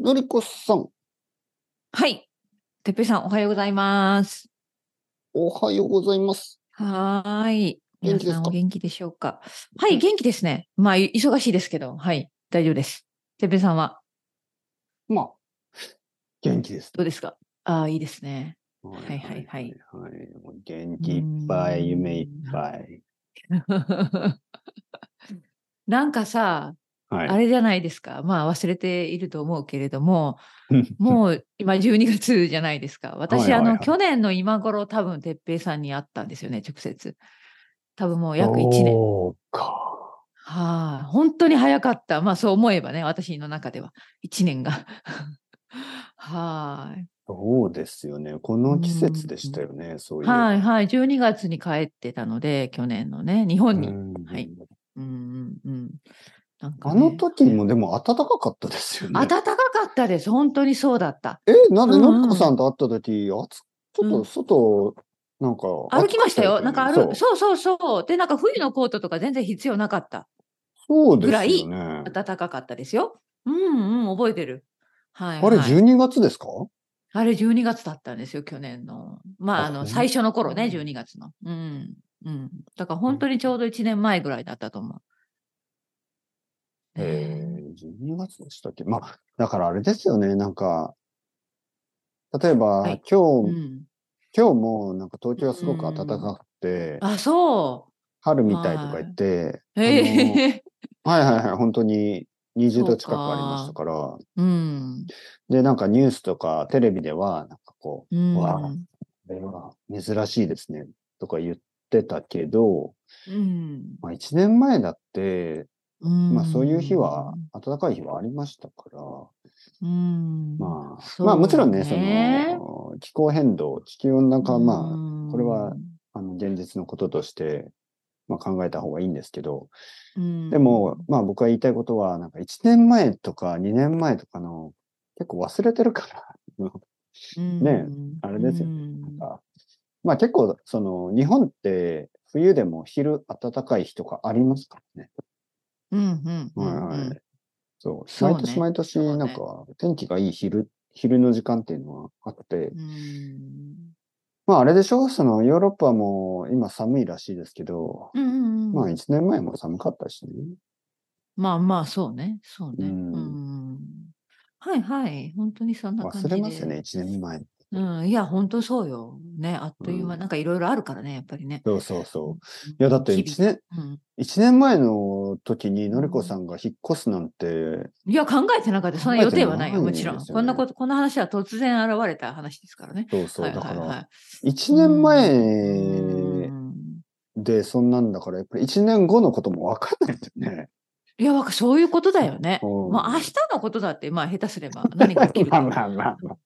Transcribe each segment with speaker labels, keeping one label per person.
Speaker 1: のりこさん、
Speaker 2: はい。てっぺいさん、おはようございます。
Speaker 1: おはようございます。
Speaker 2: はーい。
Speaker 1: 元
Speaker 2: 皆
Speaker 1: 気ですか
Speaker 2: さん、お元気でしょうか。はい、元気ですね。まあ、い忙しいですけど、はい、大丈夫です。てっぺいさんは
Speaker 1: まあ、元気です。
Speaker 2: どうですかああ、いいですね。
Speaker 1: はい
Speaker 2: はいはい。
Speaker 1: はいもう元気いっぱ
Speaker 2: うーん
Speaker 1: い、夢いっぱい。
Speaker 2: なんかさ、
Speaker 1: はい。
Speaker 2: あれじゃないですか。まあ、忘れていると思うけれども、もう今12月じゃないですか。私、
Speaker 1: はいはいはい
Speaker 2: あの、去年の今頃、多分、てっぺいさんに会ったんですよね、直接。多分もう約1年。
Speaker 1: そうか。
Speaker 2: はあ、本当に早かった。まあそう思えばね、私の中では、1年が。はい。
Speaker 1: そうですよね。この季節でしたよね、そういう。
Speaker 2: はいはい。12月に帰ってたので、去年のね、日本に。うん
Speaker 1: うん
Speaker 2: はいうんうん。なんか
Speaker 1: あ
Speaker 2: ね、
Speaker 1: の時もでも暖かかったですよね。
Speaker 2: 暖かかったです。本当にそうだった。
Speaker 1: え、なんで
Speaker 2: うんうん
Speaker 1: のりこさんと会った時、暑ちょっと外、なんか。
Speaker 2: 歩きましたよ。
Speaker 1: 暑
Speaker 2: なんか
Speaker 1: ったよ
Speaker 2: 歩
Speaker 1: ね
Speaker 2: く、
Speaker 1: そう
Speaker 2: そうそうそう。で、なんか冬のコートとか全然必要なかった。
Speaker 1: そうで
Speaker 2: ぐらい
Speaker 1: すよね。
Speaker 2: 暖かかったですよ。うんうん、覚えてる。はい、はい。
Speaker 1: あれ、12月ですか
Speaker 2: あれ12月だったんですよ、去年の。まあ、
Speaker 1: あ
Speaker 2: あの、
Speaker 1: 本当
Speaker 2: 最初の頃ね、12月の。うん。うん。だから本当にちょうど1年前ぐらいだったと思う。ね
Speaker 1: えー、12月でしたっけまあ、だからあれですよね、なんか、例えば、
Speaker 2: はい
Speaker 1: 今日、
Speaker 2: うん。
Speaker 1: 今日もなんか東京はすごく暖かくて、
Speaker 2: あ、そ
Speaker 1: 春みたいとか言って、
Speaker 2: う。ええ
Speaker 1: はいはいはい、本当に20
Speaker 2: そ
Speaker 1: 度
Speaker 2: うか
Speaker 1: 近くありましたから、
Speaker 2: うん。
Speaker 1: で、なんかニュースとかテレビでは、なんかこ
Speaker 2: う。
Speaker 1: うんわあう、これは珍しいですね、とか言ってたけど、
Speaker 2: うん。
Speaker 1: まあ1年前だって、
Speaker 2: うん
Speaker 1: まあそういう日は、暖かい日はありましたから、
Speaker 2: うん。
Speaker 1: まあ、
Speaker 2: そう
Speaker 1: まあもちろんね、そ
Speaker 2: ね
Speaker 1: の気候変動、地球温暖化はま
Speaker 2: あ
Speaker 1: これは、あ、あの現実のこととして、まあ、考えた方がいいんですけど、
Speaker 2: うん
Speaker 1: でも、、まあ僕が言いたいことは、なんか1年前とか2年前とかの、結構忘れてるから、
Speaker 2: うん
Speaker 1: ねあれですよ
Speaker 2: うん
Speaker 1: なんかまあ結構、その日本って冬でも昼暖かい日とかありますからね。
Speaker 2: うん。うん。
Speaker 1: はいはい。
Speaker 2: うん
Speaker 1: そう。
Speaker 2: そうね
Speaker 1: 毎年毎年、
Speaker 2: そうね
Speaker 1: なんか天気がいい昼、昼の時間っていうのはあって、
Speaker 2: うん。
Speaker 1: まああれでしょそのヨーロッパも今寒いらしいですけど、
Speaker 2: うんうんうん。
Speaker 1: まあ1年前も寒かったしね。
Speaker 2: まあまあ、そうね。そうね。
Speaker 1: う
Speaker 2: うんん。はいはい。本当にそんな感じ
Speaker 1: 忘
Speaker 2: で。
Speaker 1: れますよね、1年前。
Speaker 2: うん。いや、本当そうよ。ね。あっという間。
Speaker 1: うん
Speaker 2: なんかいろいろあるからね、やっぱりね。
Speaker 1: そうそうそう。いやだって
Speaker 2: 日
Speaker 1: 1年、
Speaker 2: 々うん
Speaker 1: 一年前の時にのりこさんが引っ越すなんて、
Speaker 2: いや、考えてなかった。そんな
Speaker 1: 考え
Speaker 2: 予
Speaker 1: てない
Speaker 2: 定はないよ。もちろ
Speaker 1: で
Speaker 2: ん。
Speaker 1: すよね
Speaker 2: こんなこと、この話は突然現れた話ですからね。
Speaker 1: そうそう、
Speaker 2: はい
Speaker 1: だ
Speaker 2: は
Speaker 1: か
Speaker 2: いは
Speaker 1: ら、
Speaker 2: い。
Speaker 1: 1年
Speaker 2: う
Speaker 1: 前
Speaker 2: ん
Speaker 1: でそんなんだから、やっぱり1年後のこともわかんないですよね。
Speaker 2: いや、わかそういうことだよね。
Speaker 1: うん
Speaker 2: まあ、明日のことだって、まあ、下手す れば何が起きる
Speaker 1: ま
Speaker 2: か。
Speaker 1: あまあまあまあ。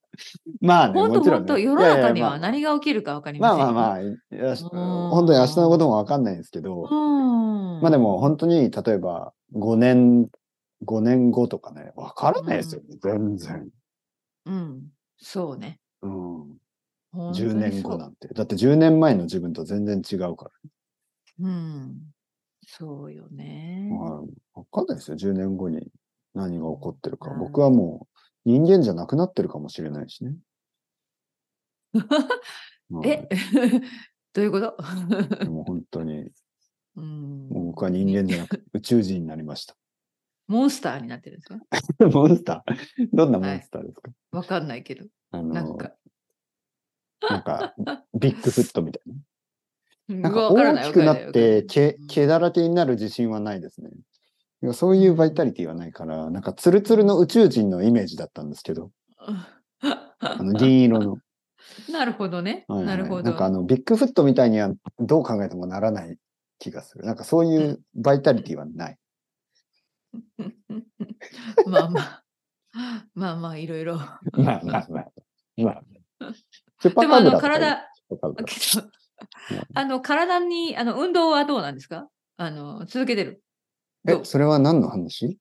Speaker 1: まあね、
Speaker 2: 本
Speaker 1: も
Speaker 2: 当
Speaker 1: ちろん
Speaker 2: 本
Speaker 1: ね、
Speaker 2: 当世の中に
Speaker 1: いや
Speaker 2: はい
Speaker 1: や
Speaker 2: 何が起きるかわかり
Speaker 1: ま
Speaker 2: ませ
Speaker 1: あ
Speaker 2: んよ。
Speaker 1: まあまあ、いや
Speaker 2: ん
Speaker 1: 本当に明日のこともわかんないんですけど、
Speaker 2: うん。
Speaker 1: まあでも本当に、例えば5年、5年後とかね、わからないですよね、全然。
Speaker 2: うん、そうね。
Speaker 1: うん。
Speaker 2: 本当に
Speaker 1: 10年
Speaker 2: そ
Speaker 1: 後
Speaker 2: う
Speaker 1: なんて。だって10年前の自分と全然違うから。
Speaker 2: うん。そうよね。
Speaker 1: はいわかんないですよ、10年後に何が起こってるか。
Speaker 2: うん
Speaker 1: 僕はもう人間じゃなくなってるかもしれない しね。はい
Speaker 2: え どういうこと、
Speaker 1: でも本当に、
Speaker 2: うん、
Speaker 1: もう僕は人間じゃな く宇宙人になりました。
Speaker 2: モンスターになってるんですか
Speaker 1: モンスターどんなモンスターですか、
Speaker 2: わかんないけど。
Speaker 1: あの
Speaker 2: なんか。
Speaker 1: なんか、ビッグフットみたいな。な
Speaker 2: な
Speaker 1: んか大きくなって毛毛だらけになる自信はないですね。いやそういうバイタリティはないから、なんかツルツルの宇宙人のイメージだったんですけど、あの銀色の。
Speaker 2: なるほどね。
Speaker 1: はいはい
Speaker 2: なる
Speaker 1: な
Speaker 2: ほ
Speaker 1: んかあ
Speaker 2: ど。
Speaker 1: のビッグフットみたいにはどう考えてもならない気がする。なんかそういうバイタリティはない。
Speaker 2: まあまあ。 まあまあ、いろいろ。
Speaker 1: まあまあまあ。まあ。チュパ
Speaker 2: でも、
Speaker 1: カ
Speaker 2: あ
Speaker 1: ブラとか言うチュパ
Speaker 2: の、体、
Speaker 1: カブラ
Speaker 2: けどあの、体に、あの、運動はどうなんですかあの、続けてる。どう
Speaker 1: え、それは何の話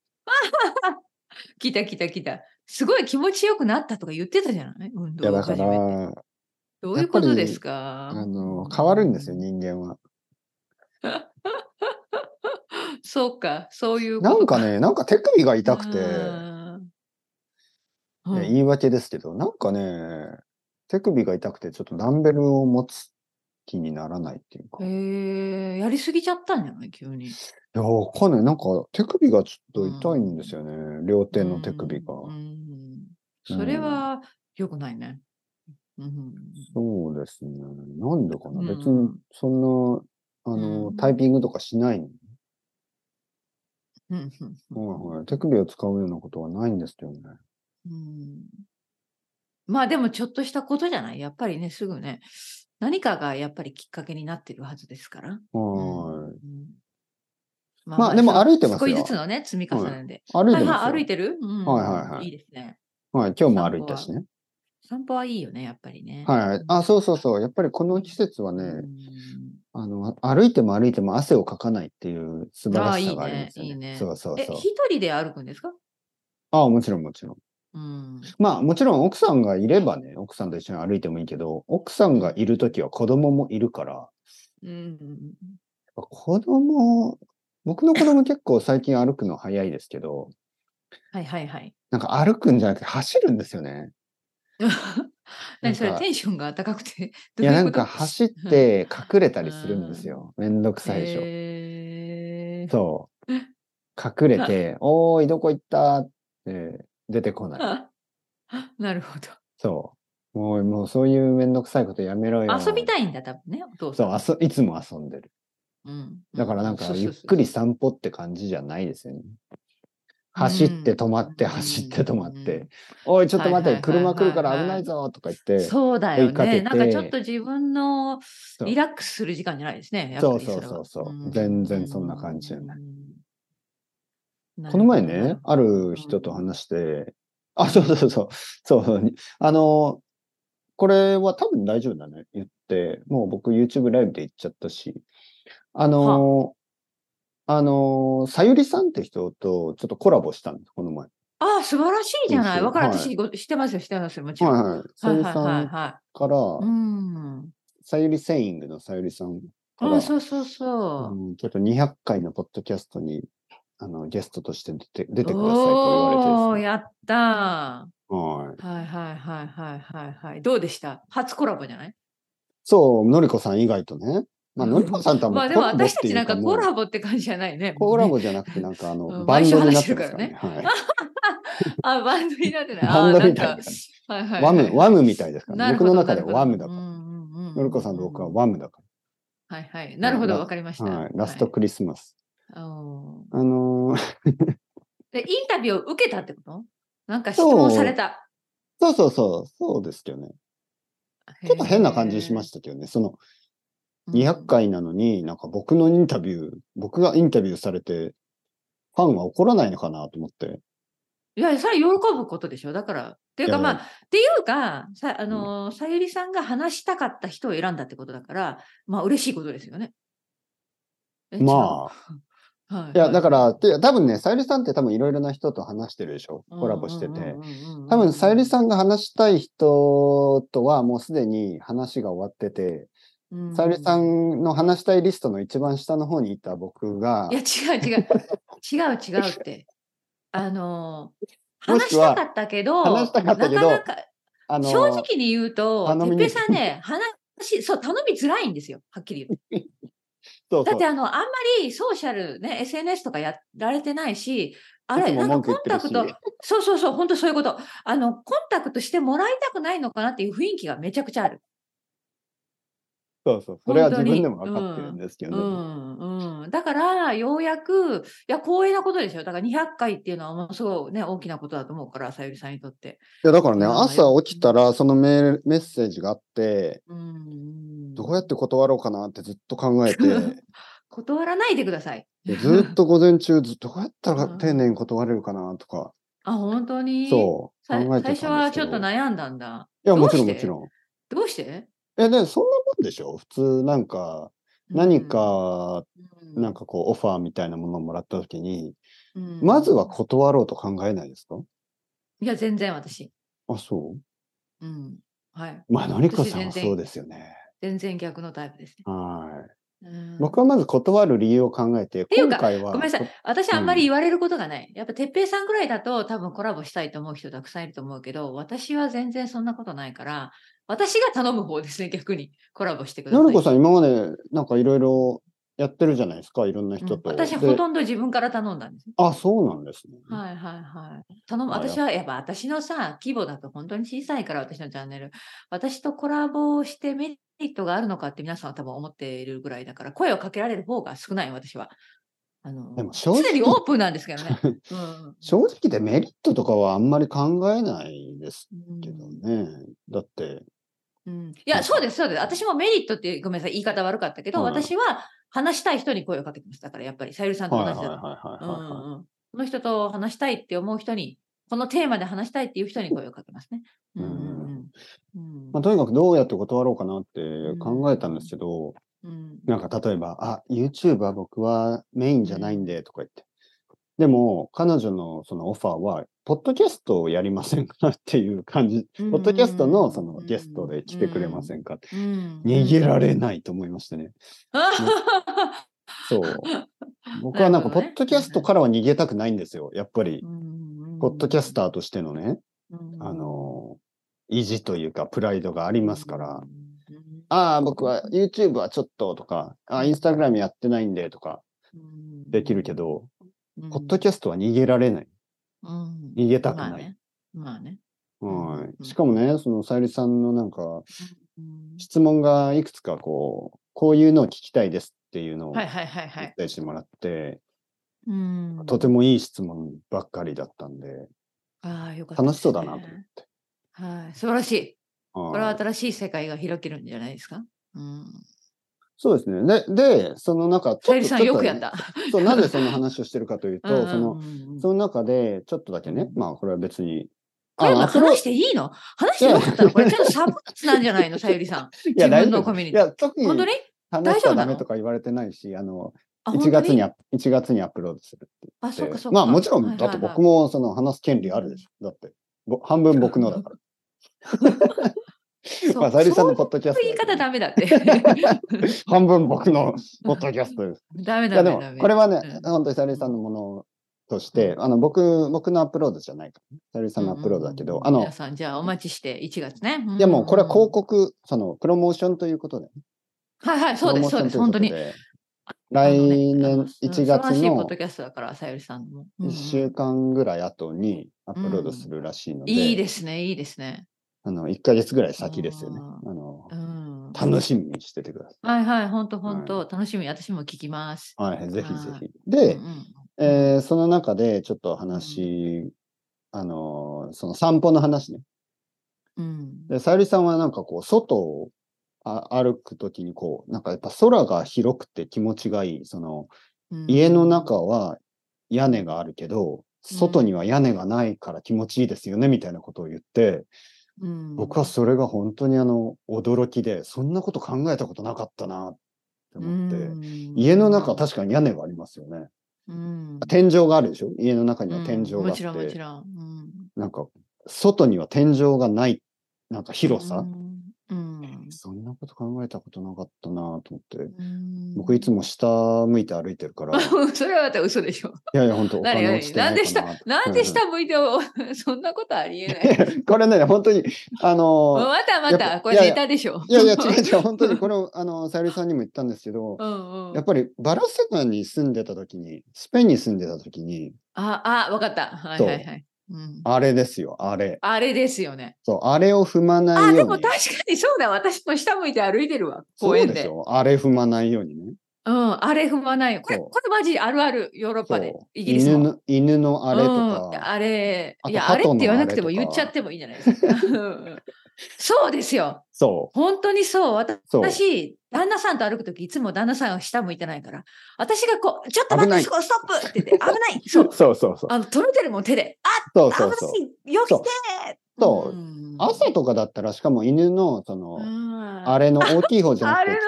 Speaker 2: 来た来た来た。すごい気持ちよくなったとか言ってたじゃない運
Speaker 1: い
Speaker 2: 動
Speaker 1: や
Speaker 2: を
Speaker 1: だか
Speaker 2: 始めて。
Speaker 1: ら、
Speaker 2: どういうことです
Speaker 1: あ
Speaker 2: か
Speaker 1: の、変わるんですよ、。人間は。
Speaker 2: そうか、そういう
Speaker 1: なん
Speaker 2: こと
Speaker 1: かね、なんか手首が痛くて、
Speaker 2: あ
Speaker 1: い
Speaker 2: ー
Speaker 1: や言い訳ですけど、なんかね、手首が痛くてちょっとダンベルを持つ気にならないっていうか。い
Speaker 2: えー、やりすぎちゃったんじゃない急に。
Speaker 1: や、わかんない。なんか手首がちょっと痛いんですよね。両手の手首が。
Speaker 2: うんうんそれは良くないね。うん
Speaker 1: そうですね。なんでかな。別
Speaker 2: う
Speaker 1: に
Speaker 2: ん、
Speaker 1: そんな、あの、
Speaker 2: うん
Speaker 1: タイピングとかしないの。
Speaker 2: うんうん
Speaker 1: はいはい手首を使うようなことはないんですけどね。
Speaker 2: うんまあでもちょっとしたことじゃないやっぱりねすぐね何かがやっぱりきっかけになってるはずですから。
Speaker 1: は
Speaker 2: うん
Speaker 1: まあでも
Speaker 2: そ
Speaker 1: 歩いてますよ
Speaker 2: 少しずつのね積み重ねで。
Speaker 1: い。歩い
Speaker 2: は
Speaker 1: てます
Speaker 2: いはい
Speaker 1: よ
Speaker 2: 歩いてる、うん
Speaker 1: はいはいはい
Speaker 2: いいですね。
Speaker 1: はい、今日も歩いたしね。
Speaker 2: 散歩はいいよねやっぱりね。
Speaker 1: はいはい。あ、そうそうそう。やっぱりこの季節はね、
Speaker 2: うん
Speaker 1: あの、歩いても歩いても汗をかかないっていう素晴らしさがありますよね。
Speaker 2: あいいねいいね
Speaker 1: そうそう
Speaker 2: え
Speaker 1: そう。
Speaker 2: 一人で歩くんですか
Speaker 1: あもちろんもちろん。
Speaker 2: うん。
Speaker 1: まあもちろん奥さんがいればね、奥さんと一緒に歩いてもいいけど、奥さんがいるときは子供もいるから、
Speaker 2: うん
Speaker 1: 子供、僕の子供結構最近歩くの早いですけど、
Speaker 2: はいはいはい。
Speaker 1: なんか歩くんじゃなくて走るんですよね。
Speaker 2: 何それ
Speaker 1: なんか
Speaker 2: テンションが高くて。
Speaker 1: いやなんか走って隠れたりするんですよ。めんどくさいでしょ。
Speaker 2: 最初。
Speaker 1: そう。隠れ て、おーい、どこ行ったって出てこない。
Speaker 2: あなるほど。
Speaker 1: そう。もう、もうそういうめんどくさいことやめろよ。
Speaker 2: 遊び
Speaker 1: い
Speaker 2: たいんだ、多分ね、お父さ
Speaker 1: そ
Speaker 2: ん。
Speaker 1: うあそ、いつも遊んでる。
Speaker 2: うん。
Speaker 1: だからなんか、
Speaker 2: そう
Speaker 1: ゆ
Speaker 2: そう
Speaker 1: っ
Speaker 2: そう
Speaker 1: くり散歩って感じじゃないですよね。走って止まって、
Speaker 2: うん
Speaker 1: 走って止まっ
Speaker 2: う
Speaker 1: て
Speaker 2: ん、
Speaker 1: おい、ちょっと待って、
Speaker 2: はいはいはいは
Speaker 1: 車
Speaker 2: い
Speaker 1: 来るから危ないぞとか言って、そ
Speaker 2: そうだよ
Speaker 1: 追いかけて
Speaker 2: ね。なんかちょっと自分の
Speaker 1: う
Speaker 2: リラックスする時間じゃないですね。やっぱ
Speaker 1: そう
Speaker 2: り
Speaker 1: そう
Speaker 2: れは
Speaker 1: そうそう
Speaker 2: うん
Speaker 1: 全然そんな感じじゃない
Speaker 2: うん
Speaker 1: この前
Speaker 2: な
Speaker 1: ね
Speaker 2: るほ、ど
Speaker 1: ある人と話して、あ、そうそうそう、そう、あの、これは多分大丈夫だね、言って、もう僕 YouTube ライブで言っちゃったし、あの、あの、さゆりさんって人とちょっとコラボしたんです、この前。
Speaker 2: ああ、素晴らしいじゃな
Speaker 1: そう
Speaker 2: い。
Speaker 1: そう
Speaker 2: わかる。
Speaker 1: はい
Speaker 2: 私、ごしてますよ、してますよ、もちろん。
Speaker 1: はいはい。さゆりさ
Speaker 2: はい
Speaker 1: ん
Speaker 2: は
Speaker 1: から、
Speaker 2: い。うん。
Speaker 1: さゆりセイングのさゆりさんか
Speaker 2: あ
Speaker 1: ら、
Speaker 2: あ、そうそうそう。
Speaker 1: うんちょっと200回のポッドキャストに、あの、ゲストとして出て出てくださいと言
Speaker 2: お
Speaker 1: わ
Speaker 2: ー
Speaker 1: れてですね
Speaker 2: やったー。は
Speaker 1: はい。
Speaker 2: いはいはいはいはいはい。どうでした初コラボじゃない
Speaker 1: そう、のりこさん以外とね。まあ、のりこさんとは
Speaker 2: まあ
Speaker 1: もう
Speaker 2: で
Speaker 1: コ
Speaker 2: も
Speaker 1: ラボっ
Speaker 2: 私
Speaker 1: て
Speaker 2: た
Speaker 1: い
Speaker 2: ち
Speaker 1: う
Speaker 2: なんか
Speaker 1: もう
Speaker 2: コラボって感じじゃないね。
Speaker 1: コラ
Speaker 2: もうね
Speaker 1: ボじゃなくて、なんかあの、
Speaker 2: うん
Speaker 1: バンドになって
Speaker 2: 毎週話して
Speaker 1: ま
Speaker 2: る
Speaker 1: すか
Speaker 2: か
Speaker 1: らら
Speaker 2: ね
Speaker 1: ね。はい。
Speaker 2: あ、バンドになってない。
Speaker 1: バンドみたい
Speaker 2: あ
Speaker 1: な感じ。
Speaker 2: ーなんかはい
Speaker 1: ワ
Speaker 2: はい
Speaker 1: ム、ワムみたいですから
Speaker 2: な
Speaker 1: ね。
Speaker 2: る
Speaker 1: 僕
Speaker 2: ほ
Speaker 1: の
Speaker 2: ど
Speaker 1: 中でワムだ
Speaker 2: な
Speaker 1: から。
Speaker 2: るほどうんうんうんうん
Speaker 1: のりこさんと僕はワムだか
Speaker 2: はいはい。なるほど、
Speaker 1: ラ
Speaker 2: わかりました。
Speaker 1: ら。はい。ラスト
Speaker 2: はい
Speaker 1: クリスマス。
Speaker 2: おー
Speaker 1: あのー
Speaker 2: で、インタビューを受けたってことなんか質問された。
Speaker 1: そうそうそう、そうですけどね。ちょっと変な感じしましたけどね。その、
Speaker 2: た
Speaker 1: 200回なのに、なんか僕のインタビュー、僕がインタビューされて、ファンは怒らないのかなと思って。
Speaker 2: いや、それは喜ぶことでしょ。だから、っていうか
Speaker 1: いや
Speaker 2: まあ、っていうか、さ、あのー、さゆりさんが話したかった人を選んだってことだから、まあ、嬉しいことですよね。え
Speaker 1: ま
Speaker 2: あ、はい
Speaker 1: いや、だから、て多分ね、さゆりさんって多分いろいろな人と話してるでしょ。コラボしてて。、多分、さゆりさんが話したい人とはもうすでに話が終わってて、
Speaker 2: ん
Speaker 1: さゆりさんの話したいリストの一番下の方にいた僕が
Speaker 2: い、や、違う違う。違う違うって。あのー、
Speaker 1: も
Speaker 2: 話
Speaker 1: し
Speaker 2: し
Speaker 1: くは
Speaker 2: たかったけど、
Speaker 1: 話したかったけど
Speaker 2: なかなか
Speaker 1: あの、
Speaker 2: 正直に言うと、
Speaker 1: 頼
Speaker 2: て
Speaker 1: み
Speaker 2: っ
Speaker 1: に
Speaker 2: ぺいさんね、話、そう、頼みづらいんですよ。はっきり言って。
Speaker 1: そう
Speaker 2: だ
Speaker 1: そ
Speaker 2: っ
Speaker 1: う
Speaker 2: てあの、あんまりソーシャルね、SNS とかやられてないし、あ
Speaker 1: い
Speaker 2: れ、
Speaker 1: つも
Speaker 2: なんか
Speaker 1: 文句
Speaker 2: コ
Speaker 1: 言
Speaker 2: ン
Speaker 1: ってる
Speaker 2: タ
Speaker 1: し
Speaker 2: クト、そうそうそう、本当そういうこと。あの、コンタクトしてもらいたくないのかなっていう雰囲気がめちゃくちゃある。
Speaker 1: そうそう。それは
Speaker 2: 本当
Speaker 1: 自分
Speaker 2: に
Speaker 1: でも分かってるんですけ
Speaker 2: う
Speaker 1: どね。
Speaker 2: ん、うん。だから、ようやく、いや、光栄なことですよ。だから200回っていうのはものすごいね、大きなことだと思うから、さゆりさんにとって。
Speaker 1: いや、だからね、
Speaker 2: まあ
Speaker 1: 朝起きたらそのメールメッセージがあって、
Speaker 2: うん。
Speaker 1: どうやって断ろうかなってずっと考え て、
Speaker 2: 断らないでください。
Speaker 1: でずっと午前中、ずっとどうやったら丁寧に断れるかなとか、
Speaker 2: あ、本当に
Speaker 1: そう、考
Speaker 2: さ
Speaker 1: えてたんですけ
Speaker 2: 最
Speaker 1: ど
Speaker 2: 初はちょっと悩んだんだ。
Speaker 1: いや、もちろんも
Speaker 2: どう
Speaker 1: ち
Speaker 2: して
Speaker 1: ろん。
Speaker 2: どうして
Speaker 1: え、で、そんなもんでしょ普通、なんか、何、か、
Speaker 2: うん
Speaker 1: なんかこう、オファーみたいなものをもらったときに、
Speaker 2: うん
Speaker 1: まずは断ろうと考えないですか
Speaker 2: いや、全然私。
Speaker 1: あ、そう
Speaker 2: うん。はい。
Speaker 1: まあ、のりこさんは
Speaker 2: 私全然
Speaker 1: そうですよね。
Speaker 2: 全然逆のタイプですね。
Speaker 1: は
Speaker 2: うん
Speaker 1: 僕はまず断る理由を考えて、
Speaker 2: ていう
Speaker 1: 今
Speaker 2: か
Speaker 1: 回は。
Speaker 2: ごめんなさい。私あんまり言われることがない。やっぱ、てっぺいさんぐらいだと多分コラボしたいと思う人たくさんいると思うけど、私は全然そんなことないから、私が頼む方ですね、逆に。コラボしてくださ。
Speaker 1: ないるこさん、今までなんかいろいろやってるじゃないですか、いろんな
Speaker 2: うん
Speaker 1: 人と。
Speaker 2: 私
Speaker 1: で
Speaker 2: ほとんど自分から頼んだんですね。
Speaker 1: あ、そうなんですね。
Speaker 2: はいはいはい。頼む。
Speaker 1: まあ
Speaker 2: 私はやっぱ私のさ、規模だと本当に小さいから私のチャンネル。私とコラボをしてメリットがあるのかって皆さんは多分思っているぐらいだから、声をかけられる方が少ない私は。あの
Speaker 1: でも正直
Speaker 2: 常にオープンなんですけど ね。うん
Speaker 1: 正直でメリットとかはあんまり考えないです
Speaker 2: うん
Speaker 1: けどね。だって、
Speaker 2: うん、いや、そうです、そうです。私もメリットって、ごめんなさい、言い方悪かったけど、
Speaker 1: はい
Speaker 2: 私は話したい人に声をかけてます。だからやっぱり、さゆりさんと
Speaker 1: は
Speaker 2: 同
Speaker 1: いはいは
Speaker 2: じだ
Speaker 1: い
Speaker 2: と。
Speaker 1: は
Speaker 2: う
Speaker 1: い
Speaker 2: ん
Speaker 1: はいは
Speaker 2: うんうんこの人と話したいって思う人に、このテーマで話したいっていう人に声をかけますね。うんうんうん
Speaker 1: い。まあ、とにかくどうやって断ろうかなって考えたんですけど、
Speaker 2: うん
Speaker 1: なんか例えば、あ、YouTube は僕はメインじゃないんでとか言って。でも、彼女のそのオファーは、ポッドキャストをやりませんかっていう感じ。
Speaker 2: うん
Speaker 1: ポッドキャストのそのゲストで来てくれませんかって。
Speaker 2: うん
Speaker 1: 逃げられないと思いましたね。 そう。僕はなんか、
Speaker 2: な
Speaker 1: ポ
Speaker 2: るほどね
Speaker 1: ッドキャストからは逃げたくないんですよ。やっぱり、ポッドキャス
Speaker 2: ー、
Speaker 1: ターとしてのね、あの、意地というか、プライドがあり
Speaker 2: い
Speaker 1: ますから、。ああ、僕は YouTube はちょっととか、ああ、Instagram やってないんでとか、できるけど、
Speaker 2: ど
Speaker 1: ポッドキャストは逃げられない。逃げたくない。
Speaker 2: まあね。まあねん
Speaker 1: は
Speaker 2: うん
Speaker 1: い。しかもね、その、さゆりさんのなんか、
Speaker 2: うん
Speaker 1: 質問がいくつかこう、こういうのを聞きたいですっていうのを
Speaker 2: はいはいはいは
Speaker 1: 言っ
Speaker 2: い。
Speaker 1: たりしてもらって、
Speaker 2: うん
Speaker 1: とてもいい質問ばっかりだったんで、
Speaker 2: ああ、よかった、
Speaker 1: 楽しそうだなと思って。。
Speaker 2: はい、素晴らしい。
Speaker 1: こ
Speaker 2: これは新しい世界が開けるんじゃないですか。うん。
Speaker 1: そうですね。で、でその中、
Speaker 2: さゆりさん、
Speaker 1: ちょ
Speaker 2: よ
Speaker 1: と
Speaker 2: く
Speaker 1: ね
Speaker 2: やった。
Speaker 1: そう、なぜその話をしてるかというと、その、
Speaker 2: の
Speaker 1: その中で、ちょっとだけね、
Speaker 2: うん
Speaker 1: まあ、これは別に。
Speaker 2: これ
Speaker 1: あ
Speaker 2: 今
Speaker 1: アプロ
Speaker 2: 話していいの話してよかったのこれちょっとサブツなんじゃないの、さゆりさん。
Speaker 1: いや、
Speaker 2: 自
Speaker 1: 大丈
Speaker 2: 分の
Speaker 1: 夫
Speaker 2: コミ
Speaker 1: です。
Speaker 2: ュニ
Speaker 1: い
Speaker 2: ティ。
Speaker 1: や、特に
Speaker 2: 本当に
Speaker 1: 話したら
Speaker 2: 大丈夫な
Speaker 1: ダ
Speaker 2: の
Speaker 1: メとか言われてないし、あの、
Speaker 2: あ、
Speaker 1: 1月に
Speaker 2: あ
Speaker 1: アップ、1月にアップロードするって
Speaker 2: あ、そ
Speaker 1: 言
Speaker 2: う
Speaker 1: っ
Speaker 2: か
Speaker 1: て。
Speaker 2: そうか。
Speaker 1: まあ、もちろ
Speaker 2: は
Speaker 1: ん、
Speaker 2: い
Speaker 1: だ
Speaker 2: は
Speaker 1: っ
Speaker 2: い
Speaker 1: て
Speaker 2: はい
Speaker 1: 僕。もその話す権利あるでしょ。だって、ぼ半分僕のだから。
Speaker 2: そう
Speaker 1: まあ、さゆりさんのポッドキャ
Speaker 2: そう
Speaker 1: ス
Speaker 2: いう言い
Speaker 1: トだ
Speaker 2: 方ダメだ って。
Speaker 1: けど。半分僕のポッドキャストです。
Speaker 2: ダメ
Speaker 1: い
Speaker 2: だ
Speaker 1: や、で
Speaker 2: め
Speaker 1: も
Speaker 2: ダメ。、
Speaker 1: これはね、
Speaker 2: うん
Speaker 1: 本当にさゆりさんのものとして、
Speaker 2: う
Speaker 1: あの、僕、僕のアップロードじゃないからね。さゆりさんのアップロードだけど、あの
Speaker 2: 皆、さん、じゃあお待ちして、1月ね。
Speaker 1: いやもうこれは広
Speaker 2: 告。
Speaker 1: 告、そのプロモーションということで。
Speaker 2: はいはい、そうです、そうです、本当に
Speaker 1: プロ。モーシ
Speaker 2: あ
Speaker 1: ョンという
Speaker 2: の
Speaker 1: ことで。
Speaker 2: ね
Speaker 1: 来年1月
Speaker 2: 素晴らしいポッ
Speaker 1: の
Speaker 2: ドキャストだから、さゆりさんも。うん
Speaker 1: 1週間ぐらい後にアップロードするらしいので、
Speaker 2: いいですね、いいですね。
Speaker 1: あの1ヶ月ぐらい先ですよね。
Speaker 2: あ
Speaker 1: あの
Speaker 2: うん。
Speaker 1: 楽しみにしててくださ
Speaker 2: はいはい、本当本当楽しみ、私も聞きます。
Speaker 1: い。はい、ぜひぜ
Speaker 2: は
Speaker 1: ひ。
Speaker 2: う
Speaker 1: で、
Speaker 2: んうん
Speaker 1: えーその中でちょっと話、あのー、その散歩の話ね。
Speaker 2: うん
Speaker 1: で、さゆりさんはなんかこう、外をあ歩くときにこう、なんかやっぱ空が広くて気持ちがいい、その、
Speaker 2: うん
Speaker 1: 家の中は屋根があるけど、外には屋根がないから気持ちいいですよね、みたいなことを言って、
Speaker 2: うん
Speaker 1: 僕はそれが本当にあの、驚きで、そんなこと考えたことなかったな、って思って。
Speaker 2: うん
Speaker 1: 家の中は確かに屋根がありますよね。
Speaker 2: うん
Speaker 1: 天井があるでしょ家の中には天井が
Speaker 2: うん
Speaker 1: あ
Speaker 2: も
Speaker 1: っ
Speaker 2: ちろんもち
Speaker 1: て。
Speaker 2: ろん。うん
Speaker 1: なんか、外には天井がない、なんか広さ。
Speaker 2: うん
Speaker 1: そんなこと考えたことなかったなと思って。
Speaker 2: うん
Speaker 1: 僕いつも下向いて歩いてるから、い
Speaker 2: それはまた嘘でしょ。
Speaker 1: やいや、本当お
Speaker 2: 何
Speaker 1: 金
Speaker 2: 何
Speaker 1: 落ちてないかなと。
Speaker 2: なんで下向いて もそんなことありえない。
Speaker 1: これね、本当に、あの、
Speaker 2: またま
Speaker 1: やっぱ
Speaker 2: た、これ
Speaker 1: いやい
Speaker 2: ネ
Speaker 1: や
Speaker 2: タでしょ。
Speaker 1: いやいや、違う 違う、本当に、これを、あの、さゆりさんにも言ったんですけど
Speaker 2: う、んうん
Speaker 1: やっぱりバルセロナに住んでた時に、スペインに住んでた時に、
Speaker 2: あ、あ、わかった。はいはいはい。うん
Speaker 1: あれですよ、あれ。
Speaker 2: あれですよね。
Speaker 1: そう、あれを踏まな
Speaker 2: あ、
Speaker 1: い
Speaker 2: で
Speaker 1: ように。
Speaker 2: も確かにそうだ。私も下向いて歩いてるわ。
Speaker 1: そ
Speaker 2: 公
Speaker 1: う
Speaker 2: 園
Speaker 1: でし
Speaker 2: で。
Speaker 1: ょ、あれ踏まないようにね。
Speaker 2: うん、あれ踏まないよ。これ、
Speaker 1: そう
Speaker 2: これマジあるある、ヨーロッ
Speaker 1: そ
Speaker 2: パで
Speaker 1: う。
Speaker 2: イギリス
Speaker 1: 犬
Speaker 2: も。
Speaker 1: の犬のあれと
Speaker 2: うん
Speaker 1: か、
Speaker 2: あれ
Speaker 1: あ、と
Speaker 2: いや、あれ
Speaker 1: 鳩
Speaker 2: っ
Speaker 1: の
Speaker 2: て言わなくても
Speaker 1: あれとか
Speaker 2: 言っちゃってもいいじゃないですか。 うんそうですよ。
Speaker 1: そ
Speaker 2: 本当にそう。私、
Speaker 1: そう
Speaker 2: 旦那さんと歩くとき、いつも旦那さんは下向いてないから、私がこう、ちょっと待
Speaker 1: 危な
Speaker 2: って、
Speaker 1: い。
Speaker 2: そこストップって言って、危ない。そう う。
Speaker 1: そうそうそう。
Speaker 2: あの、止めてるもん、手で。あ、
Speaker 1: そう
Speaker 2: 危な
Speaker 1: そ
Speaker 2: いう
Speaker 1: そう。。
Speaker 2: よきて
Speaker 1: そうそうん朝とかだったら、しかも犬の、その、
Speaker 2: うん
Speaker 1: あれの大きい方じゃな
Speaker 2: あ
Speaker 1: く
Speaker 2: れ
Speaker 1: て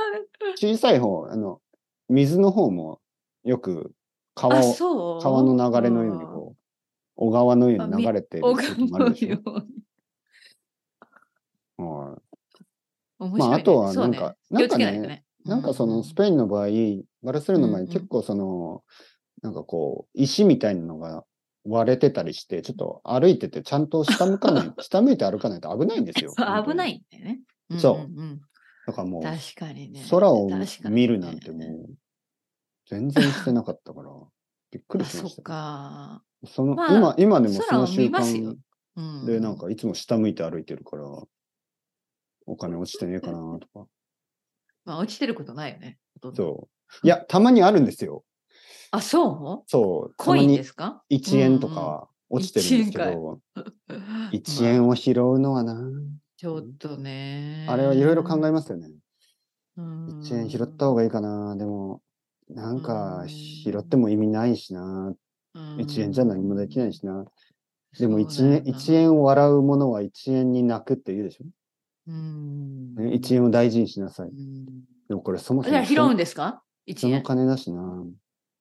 Speaker 2: の、
Speaker 1: 小さい方、あの、水の方もよく川
Speaker 2: あ、
Speaker 1: を、
Speaker 2: そう。
Speaker 1: 川の流れのようにこう、小川のように流れてる
Speaker 2: お
Speaker 1: 時もあるでし
Speaker 2: よ
Speaker 1: ょ。
Speaker 2: うに。
Speaker 1: はい
Speaker 2: 面
Speaker 1: まあ、
Speaker 2: 白いね
Speaker 1: あとは
Speaker 2: そ
Speaker 1: な
Speaker 2: うんね
Speaker 1: か、
Speaker 2: 気
Speaker 1: な
Speaker 2: を
Speaker 1: ん
Speaker 2: つ
Speaker 1: か
Speaker 2: けないと
Speaker 1: ね、
Speaker 2: ね。
Speaker 1: なんかそのスペインの場合、バルセロナの場合、結構その、なんかこう、石みたいなのが割れてたりして、ちょっと歩いてて、ちゃんと下向か ない、下向いて歩かないと危ないんですよ。
Speaker 2: 危ないんだよね。
Speaker 1: そう
Speaker 2: うんうんうん
Speaker 1: だからもう、
Speaker 2: 確かにね。
Speaker 1: 空を
Speaker 2: 確かにね
Speaker 1: 見るなんてもう、全然してなかった から、びっくり
Speaker 2: あ、
Speaker 1: しま
Speaker 2: そ
Speaker 1: し。
Speaker 2: ったか。
Speaker 1: その、
Speaker 2: まあ
Speaker 1: 今、今でもそ
Speaker 2: 空
Speaker 1: の
Speaker 2: を
Speaker 1: 習
Speaker 2: 見ますよ
Speaker 1: 慣。
Speaker 2: うん、
Speaker 1: で、なんかいつも下向いて歩いてるから、お金落ちてねえかなとか。
Speaker 2: まあ、落ちてることないよね。ほとんど
Speaker 1: そう。いや、たまにあるんですよ。
Speaker 2: あ、そう
Speaker 1: そう。た
Speaker 2: コ
Speaker 1: ま
Speaker 2: イン
Speaker 1: に
Speaker 2: ですか
Speaker 1: 1円とか落ちてるんですけ
Speaker 2: うん
Speaker 1: ど、1
Speaker 2: ?1
Speaker 1: 円を拾うのはな、
Speaker 2: ちょっとね。
Speaker 1: あれはいろいろ考えますよね。
Speaker 2: うん
Speaker 1: 1円拾った方がいいかな。でも、なんか
Speaker 2: うん
Speaker 1: 拾っても意味ないしな。1円じゃ何もできないしな。でも1円、一。円を笑うものは1円に泣くって言うでしょ。
Speaker 2: うんそうだよな。
Speaker 1: 1円を大事にしなさい。
Speaker 2: うん
Speaker 1: でもこれそもそ
Speaker 2: じゃ
Speaker 1: も
Speaker 2: あ拾うん
Speaker 1: 人
Speaker 2: ですか
Speaker 1: 人
Speaker 2: ?1
Speaker 1: の
Speaker 2: 円。
Speaker 1: 金だしな。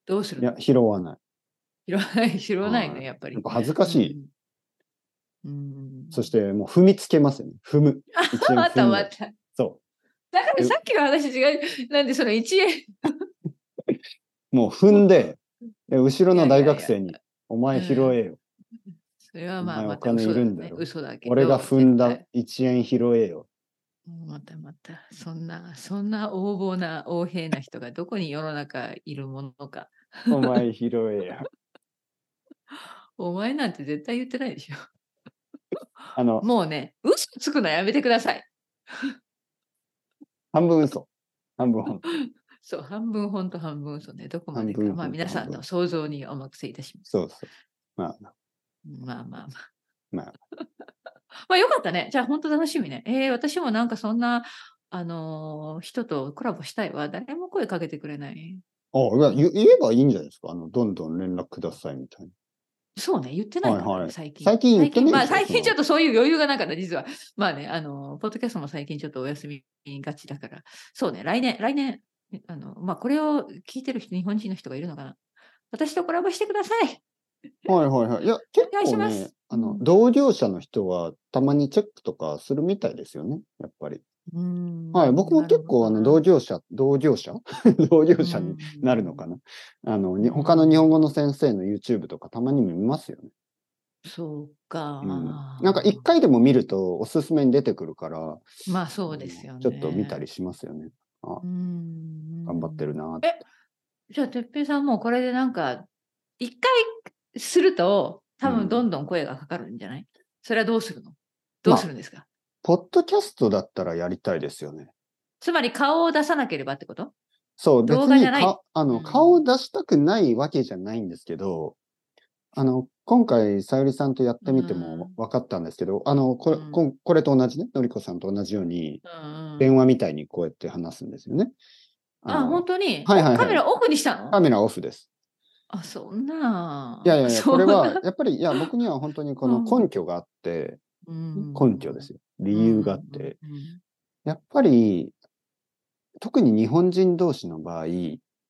Speaker 2: どうする
Speaker 1: いや
Speaker 2: の、
Speaker 1: 拾わない。
Speaker 2: 拾わ ない、拾わない
Speaker 1: は
Speaker 2: ね、
Speaker 1: い
Speaker 2: やっぱり
Speaker 1: やっ。ぱ恥ずかしい。
Speaker 2: うん。うん
Speaker 1: そし、てもう踏みつけますよね。踏む。1円
Speaker 2: ま
Speaker 1: 踏
Speaker 2: た
Speaker 1: む
Speaker 2: ま。た。
Speaker 1: そ
Speaker 2: だからさっきの話違う。なんでその1円。
Speaker 1: う。もう踏んで、で後ろの大学生に、お前
Speaker 2: うん
Speaker 1: 拾えよ。
Speaker 2: それはま
Speaker 1: お
Speaker 2: あ、
Speaker 1: 前
Speaker 2: ま
Speaker 1: お
Speaker 2: た
Speaker 1: 金
Speaker 2: 嘘
Speaker 1: いる
Speaker 2: だ
Speaker 1: んだ
Speaker 2: ね
Speaker 1: ろ。
Speaker 2: 嘘だけど。
Speaker 1: 俺が踏んだ
Speaker 2: 絶
Speaker 1: 1円拾えよ。
Speaker 2: 対。またまた。そんな、そんな横暴な、横平な人がどこに世の中いるものか。
Speaker 1: お前拾え よ。
Speaker 2: お前なんて絶対言ってないでしょ。
Speaker 1: あの、
Speaker 2: もうね、嘘つくのやめてください。
Speaker 1: 半分嘘。半分本当。
Speaker 2: そう、半分本当半分嘘ね。どこまでか
Speaker 1: 半分。
Speaker 2: まあ
Speaker 1: 本当
Speaker 2: 皆さん
Speaker 1: 半分
Speaker 2: の想像にお任せいたします。
Speaker 1: そうそう。まあ、
Speaker 2: まあまあまあ。
Speaker 1: まあ。
Speaker 2: まあよかったね。じゃあ本当楽しみね。えー、私もなんかそんな、あのー人とコラボしたいわ。誰も声かけてくれない。
Speaker 1: あいや言言えばいいんじゃないですか。あの、どんどん連絡くださいみたいな。
Speaker 2: そうね、言ってないからね、
Speaker 1: はいはい
Speaker 2: 最近。
Speaker 1: 最近言ってない
Speaker 2: まあ
Speaker 1: でしょ
Speaker 2: 最
Speaker 1: そ
Speaker 2: 近
Speaker 1: の
Speaker 2: ちょっとそういう余裕がなかった、実は。まあね、あのー、ポッドキャストも最近ちょっとお休みがちだから。そうね、来年、来年、あの、まあこれを聞いてる人、日本人の人がいるのかな。私とコラボしてください。
Speaker 1: はいはいはい。いや、結
Speaker 2: お願いし
Speaker 1: 構
Speaker 2: ます
Speaker 1: ね、あの
Speaker 2: う、ん
Speaker 1: 同業者の人はたまにチェックとかするみたいですよね。やっぱり。はい。僕も結構、あの、同
Speaker 2: 時
Speaker 1: 業者、同業者 同業者になるのかな。あの、に他の日本語の先生の YouTube とかたまに見ますよね。
Speaker 2: そうか、
Speaker 1: うんなんか一回でも見るとおすすめに出てくるから、
Speaker 2: まあそうですよね。
Speaker 1: ちょっと見たりしますよね。
Speaker 2: うん
Speaker 1: 頑張ってる。な
Speaker 2: えじゃあ、てっぺいさんもうこれでなんか、一回すると、多
Speaker 1: うん
Speaker 2: 分どんどん声がかかるんじゃない、それはどうするのどうするんですか、
Speaker 1: ポッドキャストだったらやりたいですよね。
Speaker 2: つまり顔を出さなければってこと
Speaker 1: そう、別
Speaker 2: 動画
Speaker 1: に
Speaker 2: じゃない
Speaker 1: かあの、
Speaker 2: うん
Speaker 1: 顔を出したくないわけじゃないんですけど、あの、今回、さゆりさんとやってみても分かったんですけど、あの、これ、
Speaker 2: うん
Speaker 1: こんこれと同じね、のりこさんと同じように、
Speaker 2: うんうん
Speaker 1: 電話みたいにこうやって話すんですよね。
Speaker 2: あ、
Speaker 1: の
Speaker 2: 本当に、
Speaker 1: はいはいはい
Speaker 2: カメラオフにしたの
Speaker 1: カメラオフです。
Speaker 2: あ、そんな。
Speaker 1: いやいやいや、
Speaker 2: そ
Speaker 1: こ
Speaker 2: ん
Speaker 1: れ
Speaker 2: な
Speaker 1: は、、やっぱり、いや、僕には本当にこの
Speaker 2: うん
Speaker 1: 根拠があって、
Speaker 2: うん
Speaker 1: 根拠ですよ。理由があって、。
Speaker 2: うんうん
Speaker 1: やっぱり、特に日本人同士の場合、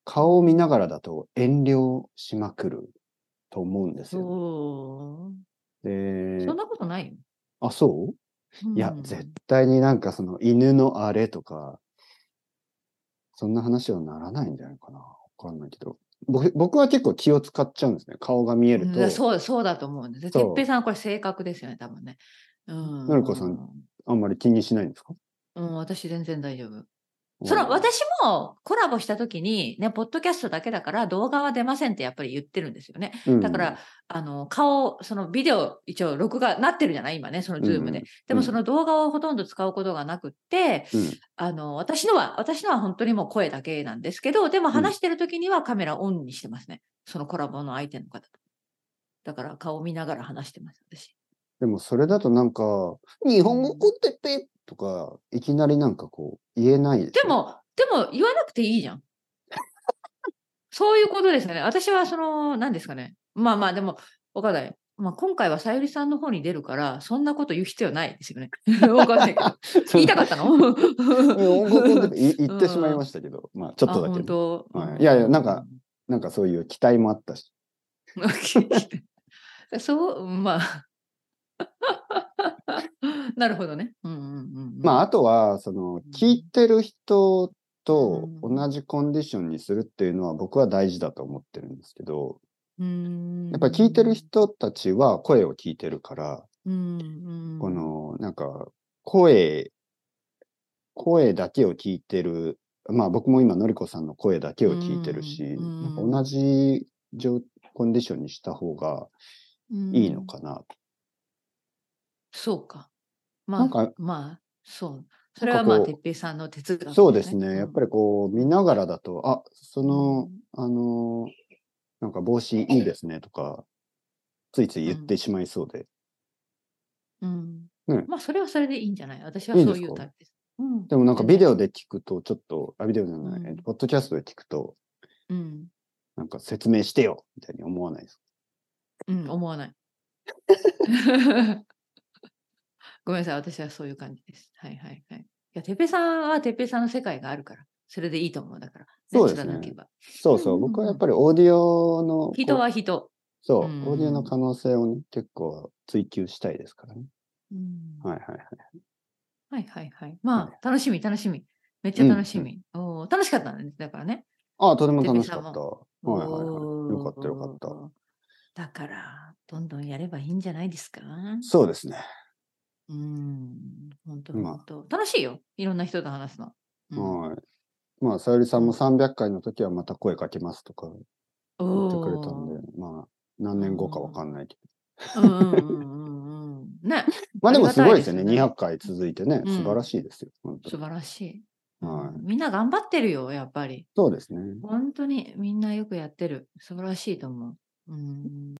Speaker 1: 顔を見ながらだと遠慮しまくると思うんですよ。
Speaker 2: そう。
Speaker 1: で
Speaker 2: そんなことないよ。
Speaker 1: あ、そうういや、
Speaker 2: ん
Speaker 1: 絶対になんかその犬のあれとか、そんな話はならないんじゃないかな。わかんないけど。僕僕は結構気を使っちゃうんですね。顔が見えると。
Speaker 2: うんそうそうだと思うんです。
Speaker 1: そう
Speaker 2: てっぺいさんはこれ性格ですよね、多分ね。うん。
Speaker 1: のりこさんあんまり気にしないんですか
Speaker 2: うん、私全然大丈夫。そ
Speaker 1: う
Speaker 2: ら、
Speaker 1: ん
Speaker 2: 私もコラボした時に、ね、ポッドキャストだけだから動画は出ませんってやっぱり言ってるんですよね。
Speaker 1: うん
Speaker 2: だから、あの、顔、そのビデオ、一応録画なってるじゃない今ね、そのズームで。
Speaker 1: うん
Speaker 2: でもその動画をほとんど使うことがなくって、
Speaker 1: うん
Speaker 2: あの、私のは、私のは本当にもう声だけなんですけど、でも話してる時にはカメラオンにしてますね。そのコラボの相手の方と。だから顔見ながら話してます、私。
Speaker 1: でもそれだとなんか、日本語コテペとか、いきなりなんかこう、言えないでし
Speaker 2: で
Speaker 1: ょ、
Speaker 2: も、でも言わなくていいじゃん。そういうことですよね。私はその、何ですかね。まあまあ、でも、わかんない。まあ、今回はさゆりさんの方に出るから、そんなこと言う必要ないですよね。 わかんない けど。言いたかったの
Speaker 1: 日本語コテペい言ってしまいましたけど、まあちょっとだけ、ね、
Speaker 2: ど
Speaker 1: はいいやいやなんか、なんかそういう期待もあったし。
Speaker 2: うん そう、まあ。 なるほどね。うんうんうんうん、
Speaker 1: まああとは、その、聞いてる人と同じコンディションにするっていうのは僕は大事だと思ってるんですけど、
Speaker 2: うん
Speaker 1: やっぱり聞いてる人たちは声を聞いてるから、
Speaker 2: うん、
Speaker 1: このなんか声、声だけを聞いてる、まあ僕も今のりこさんの声だけを聞いてるし、
Speaker 2: うん
Speaker 1: なんか同じ状コンディションにした方が
Speaker 2: うん
Speaker 1: いいのかな。
Speaker 2: そうか。まあ、
Speaker 1: なんか
Speaker 2: まあ、そう。それはま
Speaker 1: なん
Speaker 2: あ、
Speaker 1: かこう
Speaker 2: 哲平さんの哲学、
Speaker 1: そうですね。やっぱ
Speaker 2: り、
Speaker 1: りこう見ながらだと、あ、その
Speaker 2: う、ん
Speaker 1: あの、なんか帽子いいですねとか、ついつい言ってしまいそうで。
Speaker 2: うん
Speaker 1: ね
Speaker 2: まあ、それはそれでいいんじゃない私はいい
Speaker 1: いんで
Speaker 2: そ
Speaker 1: す
Speaker 2: う
Speaker 1: か
Speaker 2: いうタイプです。うん
Speaker 1: でもなんかビデオで聞くと、ちょっと、あ、ビデオじゃない、
Speaker 2: うん
Speaker 1: えっとポッドキャストで聞くと、
Speaker 2: うん、
Speaker 1: なんか説明してよみたいに思わないです
Speaker 2: うん、思わない。 ごめんなさい、私はそういう感じです。はいはいはい。いや、てっぺいさんはてっぺいさんの世界があるから、それでいいと思うだから。ね
Speaker 1: そうですね
Speaker 2: 貫けば
Speaker 1: そうそう、
Speaker 2: うんうんうん
Speaker 1: 僕はやっぱりオーディオの、
Speaker 2: 人
Speaker 1: こう
Speaker 2: は人。
Speaker 1: そう、
Speaker 2: うん
Speaker 1: オーディオの可能性をね、結構追求したいですからね。
Speaker 2: うん
Speaker 1: はいはいはい。
Speaker 2: はいはいはい。ま
Speaker 1: は
Speaker 2: あ、楽しみ、楽しみ。めっちゃ楽しみ。おー楽しかったね。だからね。
Speaker 1: あとても楽しかった。
Speaker 2: てっぺ
Speaker 1: はいはいはい。よかったよかった。
Speaker 2: た。だから、どんどんやればいいんじゃないですか。
Speaker 1: そうですね。
Speaker 2: うん。本当
Speaker 1: まあ
Speaker 2: 本当。楽しいよ。いろんな人と話すの。うん
Speaker 1: はい。まあ、さゆりさんも300回の時はまた声かけますとか言
Speaker 2: お
Speaker 1: ってくれ
Speaker 2: ー
Speaker 1: たんで、まあ、何年後かわかんないけど。
Speaker 2: うんうんうんうんうん ね、
Speaker 1: まあでもすごいですよね。
Speaker 2: ありが
Speaker 1: 200回続いてね、
Speaker 2: うん
Speaker 1: 素晴らしいですよ。本当
Speaker 2: 素
Speaker 1: に
Speaker 2: 晴らしい。
Speaker 1: はい
Speaker 2: うんみんな頑張ってるよ、やっぱり。
Speaker 1: そうですね。
Speaker 2: 本当にみんなよくやってる。素晴らしいと思う。うん